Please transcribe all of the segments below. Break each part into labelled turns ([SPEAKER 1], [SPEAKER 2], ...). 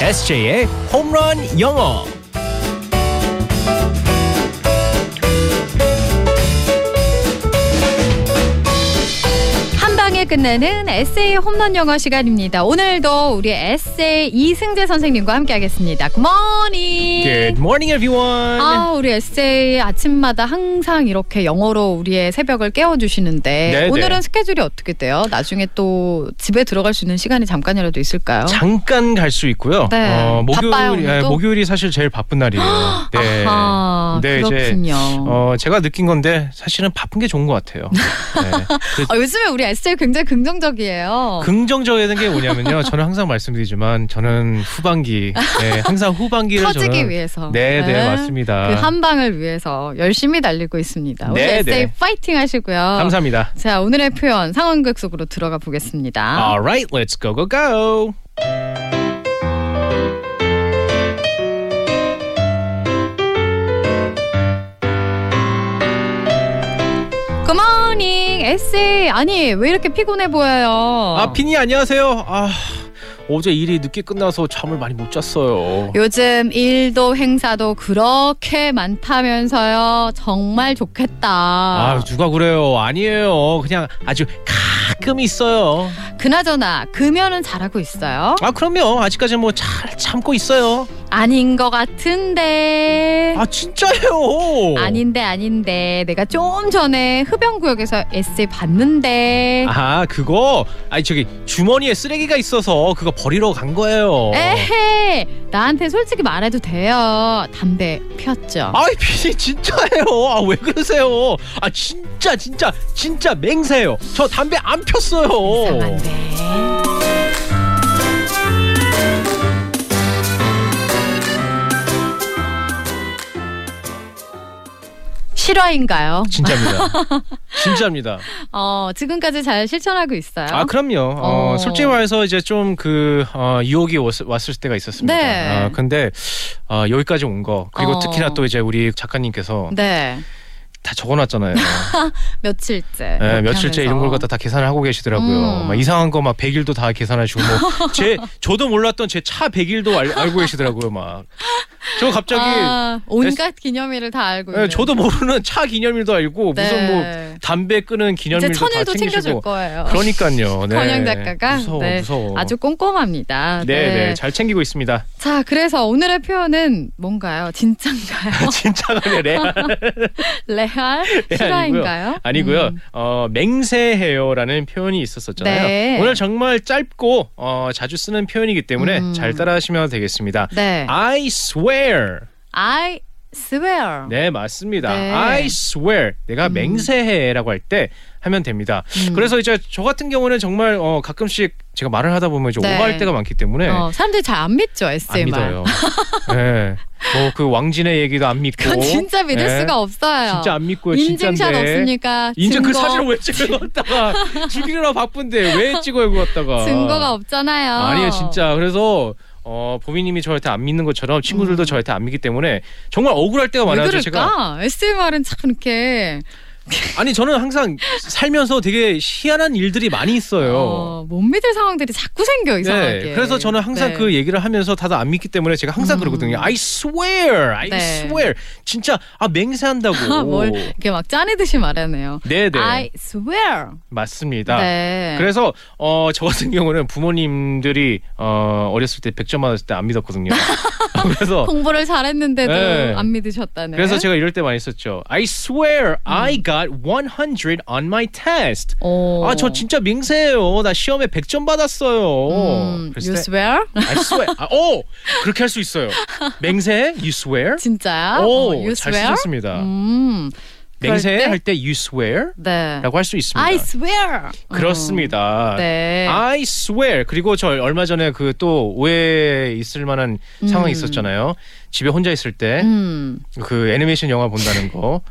[SPEAKER 1] SJ의 홈런 영어.
[SPEAKER 2] 한 방에 끝내는 에세이 홈런 영어 시간입니다. 오늘도 우리 에세이 이승재 선생님과 함께하겠습니다. Good morning.
[SPEAKER 1] Good morning, everyone.
[SPEAKER 2] 아, 우리 에세이 아침마다 항상 이렇게 영어로 우리의 새벽을 깨워주시는데
[SPEAKER 1] 네네.
[SPEAKER 2] 오늘은 스케줄이 어떻게 돼요? 나중에 또 집에 들어갈 수 있는 시간이 잠깐이라도 있을까요?
[SPEAKER 1] 잠깐 갈 수 있고요.
[SPEAKER 2] 네.
[SPEAKER 1] 목요일,
[SPEAKER 2] 바빠요, 오늘도? 아,
[SPEAKER 1] 예, 목요일이 사실 제일 바쁜 날이에요. 네.
[SPEAKER 2] 아하,
[SPEAKER 1] 네, 이제,
[SPEAKER 2] 그렇군요.
[SPEAKER 1] 어, 제가 느낀 건데 사실은 바쁜 게 좋은 것 같아요. 네. 그
[SPEAKER 2] 아, 요즘에 우리 에세이 굉장히 긍정적이에요.
[SPEAKER 1] 긍정적인 게 뭐냐면요. 저는 항상 말씀드리지만 저는 후반기, 네, 항상 후반기를
[SPEAKER 2] 터지기
[SPEAKER 1] 저는
[SPEAKER 2] 위해서.
[SPEAKER 1] 네, 네, 맞습니다.
[SPEAKER 2] 그 한방을 위해서 열심히 달리고 있습니다. 우리
[SPEAKER 1] 네,
[SPEAKER 2] 에세이
[SPEAKER 1] 네.
[SPEAKER 2] 파이팅 하시고요.
[SPEAKER 1] 감사합니다.
[SPEAKER 2] 자, 오늘의 표현 상황극 속으로 들어가 보겠습니다.
[SPEAKER 1] Alright, let's go go go.
[SPEAKER 2] Good morning, 에세이. 아니, 왜 이렇게 피곤해 보여요?
[SPEAKER 1] 아 피니 안녕하세요. 아 어제 일이 늦게 끝나서 잠을 많이 못 잤어요.
[SPEAKER 2] 요즘 일도 행사도 그렇게 많다면서요. 정말 좋겠다.
[SPEAKER 1] 아 누가 그래요? 아니에요. 그냥 아주 가끔 있어요.
[SPEAKER 2] 그나저나 금연은 잘하고 있어요?
[SPEAKER 1] 아 그럼요. 아직까지 뭐 잘 참고 있어요.
[SPEAKER 2] 아닌 것 같은데.
[SPEAKER 1] 아 진짜예요.
[SPEAKER 2] 아닌데 아닌데 내가 좀 전에 흡연구역에서 에세이 봤는데
[SPEAKER 1] 아 그거 아니 저기 주머니에 쓰레기가 있어서 그거 버리러 간 거예요.
[SPEAKER 2] 에헤 나한테 솔직히 말해도 돼요 담배 피웠죠
[SPEAKER 1] 아이 피디 진짜예요. 아 왜 그러세요? 아 진짜 진짜 진짜 맹세요. 저 담배 안 폈어요.
[SPEAKER 2] 이상한데 실화인가요?
[SPEAKER 1] 진짜입니다. 진짜입니다.
[SPEAKER 2] 어 지금까지 잘 실천하고 있어요.
[SPEAKER 1] 아 그럼요. 어,
[SPEAKER 2] 어.
[SPEAKER 1] 솔직히 말해서 이제 좀 그 어, 유혹이 왔, 왔을 때가 있었습니다.
[SPEAKER 2] 네.
[SPEAKER 1] 아, 근데 어, 여기까지 온 거. 그리고
[SPEAKER 2] 어.
[SPEAKER 1] 특히나 또 이제 우리 작가님께서
[SPEAKER 2] 네
[SPEAKER 1] 다 적어놨잖아요.
[SPEAKER 2] 며칠째.
[SPEAKER 1] 예,
[SPEAKER 2] 이렇게 하면서.
[SPEAKER 1] 며칠째 이런 걸 갖다 다 계산을 하고 계시더라고요.
[SPEAKER 2] 음.
[SPEAKER 1] 막 이상한 거 막 100일도 다 계산하시고 뭐 제 저도 몰랐던 제 차 100일도 알, 알고 계시더라고요. 막 저 갑자기
[SPEAKER 2] 아, 온갖 기념일을 다 알고
[SPEAKER 1] 예,
[SPEAKER 2] 있는.
[SPEAKER 1] 저도 모르는 차 기념일도 알고 무슨 뭐
[SPEAKER 2] 네.
[SPEAKER 1] 담배 끄는
[SPEAKER 2] 이제
[SPEAKER 1] 기념일도 다
[SPEAKER 2] 천일도 챙겨줄
[SPEAKER 1] 챙기시고
[SPEAKER 2] 거예요.
[SPEAKER 1] 그러니까요. 네.
[SPEAKER 2] 권영 작가가
[SPEAKER 1] 무서워,
[SPEAKER 2] 네,
[SPEAKER 1] 무서워.
[SPEAKER 2] 아주 꼼꼼합니다.
[SPEAKER 1] 네, 네, 잘 챙기고 있습니다.
[SPEAKER 2] 자, 그래서 오늘의 표현은 뭔가요? 진짠가요?
[SPEAKER 1] 진짜가 네, 레알
[SPEAKER 2] 레알? 실화인가요?
[SPEAKER 1] 네, 아니고요.
[SPEAKER 2] 음.
[SPEAKER 1] 어, 맹세해요라는 표현이 있었었잖아요.
[SPEAKER 2] 네.
[SPEAKER 1] 오늘 정말 짧고 어, 자주 쓰는 표현이기 때문에
[SPEAKER 2] 음.
[SPEAKER 1] 잘 따라하시면 되겠습니다.
[SPEAKER 2] 네.
[SPEAKER 1] I swear.
[SPEAKER 2] I swear.
[SPEAKER 1] 네, 맞습니다.
[SPEAKER 2] 네.
[SPEAKER 1] I swear. 내가
[SPEAKER 2] 음.
[SPEAKER 1] 맹세해라고 할 때 하면 됩니다.
[SPEAKER 2] 음.
[SPEAKER 1] 그래서 이제 저 같은 경우는 정말 어, 가끔씩 제가 말을 하다 보면 이제
[SPEAKER 2] 네.
[SPEAKER 1] 오버할 때가 많기 때문에
[SPEAKER 2] 어, 사람들이 잘 안 믿죠,
[SPEAKER 1] 안
[SPEAKER 2] 에세이 말.
[SPEAKER 1] 믿어요. 네. 뭐그 왕진의 얘기도 안 믿고.
[SPEAKER 2] 그건 진짜 믿을
[SPEAKER 1] 네.
[SPEAKER 2] 수가 없어요.
[SPEAKER 1] 진짜 안 믿고요.
[SPEAKER 2] 인증샷
[SPEAKER 1] 진짜인데.
[SPEAKER 2] 없으니까
[SPEAKER 1] 인증 그
[SPEAKER 2] 증거,
[SPEAKER 1] 사진을 왜 찍어놨다가 죽이느라 바쁜데 왜 찍어요 그거다가
[SPEAKER 2] 증거가 없잖아요.
[SPEAKER 1] 아니에요 진짜 그래서 어 보미님이 저한테 안 믿는 것처럼 친구들도 저한테 안 믿기 때문에 정말 억울할 때가
[SPEAKER 2] 음. 왜
[SPEAKER 1] 많아요
[SPEAKER 2] 그럴까?
[SPEAKER 1] 제가
[SPEAKER 2] 에세이 말은 참 이렇게
[SPEAKER 1] 아니 저는 항상 살면서 되게 희한한 일들이 많이 있어요.
[SPEAKER 2] 어, 못 믿을 상황들이 자꾸 생겨 이상하게.
[SPEAKER 1] 네, 그래서 저는 항상
[SPEAKER 2] 네.
[SPEAKER 1] 그 얘기를 하면서 다들 안 믿기 때문에 제가 항상
[SPEAKER 2] 음.
[SPEAKER 1] 그러거든요. I swear, I
[SPEAKER 2] 네.
[SPEAKER 1] swear, 진짜 아 맹세한다고.
[SPEAKER 2] 뭘 이렇게 막 짜내듯이 말하네요.
[SPEAKER 1] 네네,
[SPEAKER 2] I swear.
[SPEAKER 1] 맞습니다.
[SPEAKER 2] 네.
[SPEAKER 1] 그래서 어, 저 같은 경우는 부모님들이 어, 어렸을 때 100점 맞았을 때 안 믿었거든요. 그래서
[SPEAKER 2] 공부를 잘했는데도
[SPEAKER 1] 네.
[SPEAKER 2] 안 믿으셨다는.
[SPEAKER 1] 그래서 제가 이럴 때 많이 썼죠. I swear
[SPEAKER 2] 음.
[SPEAKER 1] I got 100 on my test.
[SPEAKER 2] 어.
[SPEAKER 1] 아 저 진짜 맹세해요. 나 시험에 100점 받았어요.
[SPEAKER 2] 음,
[SPEAKER 1] 그랬을
[SPEAKER 2] you
[SPEAKER 1] 때
[SPEAKER 2] swear?
[SPEAKER 1] I swear. 아, 오 그렇게 할 수 있어요. 맹세해? You swear?
[SPEAKER 2] 진짜야? 어,
[SPEAKER 1] 오,
[SPEAKER 2] you
[SPEAKER 1] 잘
[SPEAKER 2] swear?
[SPEAKER 1] 쓰셨습니다.
[SPEAKER 2] 음. 그럴
[SPEAKER 1] 맹세해
[SPEAKER 2] 때?
[SPEAKER 1] 할 때 you swear?
[SPEAKER 2] 네.
[SPEAKER 1] 라고 할 수 있습니다.
[SPEAKER 2] I swear.
[SPEAKER 1] 그렇습니다. 아,
[SPEAKER 2] 어, 네.
[SPEAKER 1] I swear. 그리고 저 얼마 전에 그 또 오해 있을 만한 상황이 있었잖아요. 집에 혼자 있을 때 그
[SPEAKER 2] 음.
[SPEAKER 1] 애니메이션 영화 본다는 거.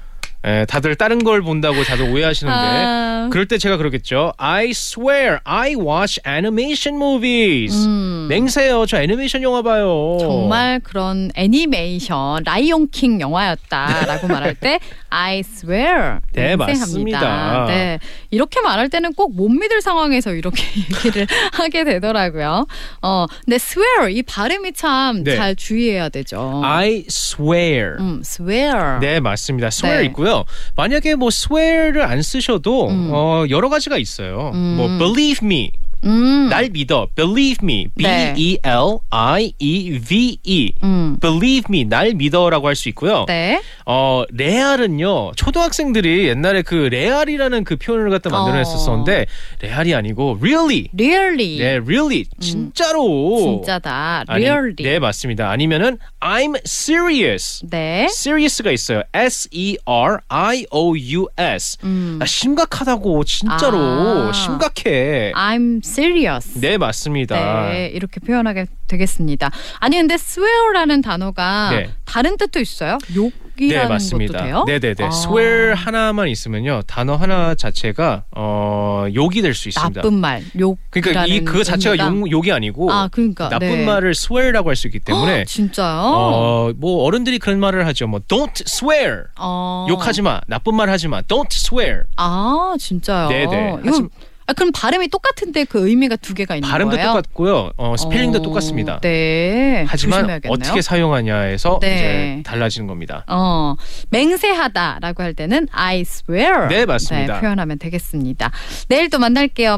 [SPEAKER 1] 에, 다들 다른 걸 본다고 다들 오해하시는데
[SPEAKER 2] 아.
[SPEAKER 1] 그럴 때 제가 그러겠죠. I swear I watch animation movies.
[SPEAKER 2] 음.
[SPEAKER 1] 맹세요. 저 애니메이션 영화 봐요.
[SPEAKER 2] 정말 그런 애니메이션 라이온킹 영화였다라고 말할 때 I swear
[SPEAKER 1] 네,
[SPEAKER 2] 생생합니다.
[SPEAKER 1] 맞습니다.
[SPEAKER 2] 네, 이렇게 말할 때는 꼭 못 믿을 상황에서 이렇게 얘기를 하게 되더라고요. 어, 근데 swear 이 발음이 참
[SPEAKER 1] 네.
[SPEAKER 2] 잘 주의해야 되죠.
[SPEAKER 1] I swear.
[SPEAKER 2] 음, swear.
[SPEAKER 1] 네 맞습니다. swear
[SPEAKER 2] 네.
[SPEAKER 1] 있고요. 만약에 뭐 swear를 안 쓰셔도
[SPEAKER 2] 음.
[SPEAKER 1] 어, 여러 가지가 있어요.
[SPEAKER 2] 음.
[SPEAKER 1] 뭐 believe me,
[SPEAKER 2] 음,
[SPEAKER 1] 날 믿어. believe me, b
[SPEAKER 2] 네.
[SPEAKER 1] e l i e v e.
[SPEAKER 2] 음,
[SPEAKER 1] believe me, 날 믿어라고 할 수 있고요.
[SPEAKER 2] 네.
[SPEAKER 1] 어 레알은요 초등학생들이 옛날에 그 레알이라는 그 표현을 갖다 만들어냈었었는데 레알이 아니고 really.
[SPEAKER 2] really.
[SPEAKER 1] 네, really 진짜로.
[SPEAKER 2] 음. 진짜다.
[SPEAKER 1] 아니,
[SPEAKER 2] really.
[SPEAKER 1] 네 맞습니다. 아니면은 I'm serious.
[SPEAKER 2] 네.
[SPEAKER 1] serious가 있어요. S E R I O U S.
[SPEAKER 2] 음.
[SPEAKER 1] 아, 심각하다고 진짜로
[SPEAKER 2] 아.
[SPEAKER 1] 심각해.
[SPEAKER 2] I'm serious.
[SPEAKER 1] 네 맞습니다.
[SPEAKER 2] 네, 이렇게 표현하게 되겠습니다. 아니 근데 swear라는 단어가
[SPEAKER 1] 네.
[SPEAKER 2] 다른 뜻도 있어요? 욕이라는
[SPEAKER 1] 네, 맞습니다.
[SPEAKER 2] 것도 돼요?
[SPEAKER 1] 네네네.
[SPEAKER 2] 아.
[SPEAKER 1] swear 하나만 있으면요 단어 하나 자체가 어 욕이 될 수 있습니다.
[SPEAKER 2] 나쁜 말, 욕.
[SPEAKER 1] 그러니까 이 그 자체가 욕, 욕이 아니고
[SPEAKER 2] 아, 그러니까
[SPEAKER 1] 나쁜
[SPEAKER 2] 네. 아,
[SPEAKER 1] 말을 swear라고 할 수 있기 때문에
[SPEAKER 2] 진짜요?
[SPEAKER 1] 어, 뭐 어른들이 그런 말을 하죠. 뭐 don't swear.
[SPEAKER 2] 어.
[SPEAKER 1] 욕하지 마. 나쁜 말 하지 마. don't swear.
[SPEAKER 2] 아 진짜요?
[SPEAKER 1] 네네.
[SPEAKER 2] 이거-
[SPEAKER 1] 하지만-
[SPEAKER 2] 아, 그럼 발음이 똑같은데 그 의미가 두 개가 있는
[SPEAKER 1] 발음도
[SPEAKER 2] 거예요?
[SPEAKER 1] 똑같고요. 어, 스펠링도
[SPEAKER 2] 어,
[SPEAKER 1] 똑같습니다.
[SPEAKER 2] 네.
[SPEAKER 1] 하지만
[SPEAKER 2] 조심해야겠네요.
[SPEAKER 1] 어떻게 사용하냐에서
[SPEAKER 2] 네.
[SPEAKER 1] 이제 달라지는 겁니다.
[SPEAKER 2] 어, 맹세하다라고 할 때는 I swear.
[SPEAKER 1] 네, 맞습니다.
[SPEAKER 2] 네, 표현하면 되겠습니다. 내일 또 만날게요.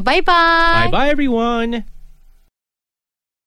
[SPEAKER 1] Bye
[SPEAKER 2] 바이바이.
[SPEAKER 1] bye everyone.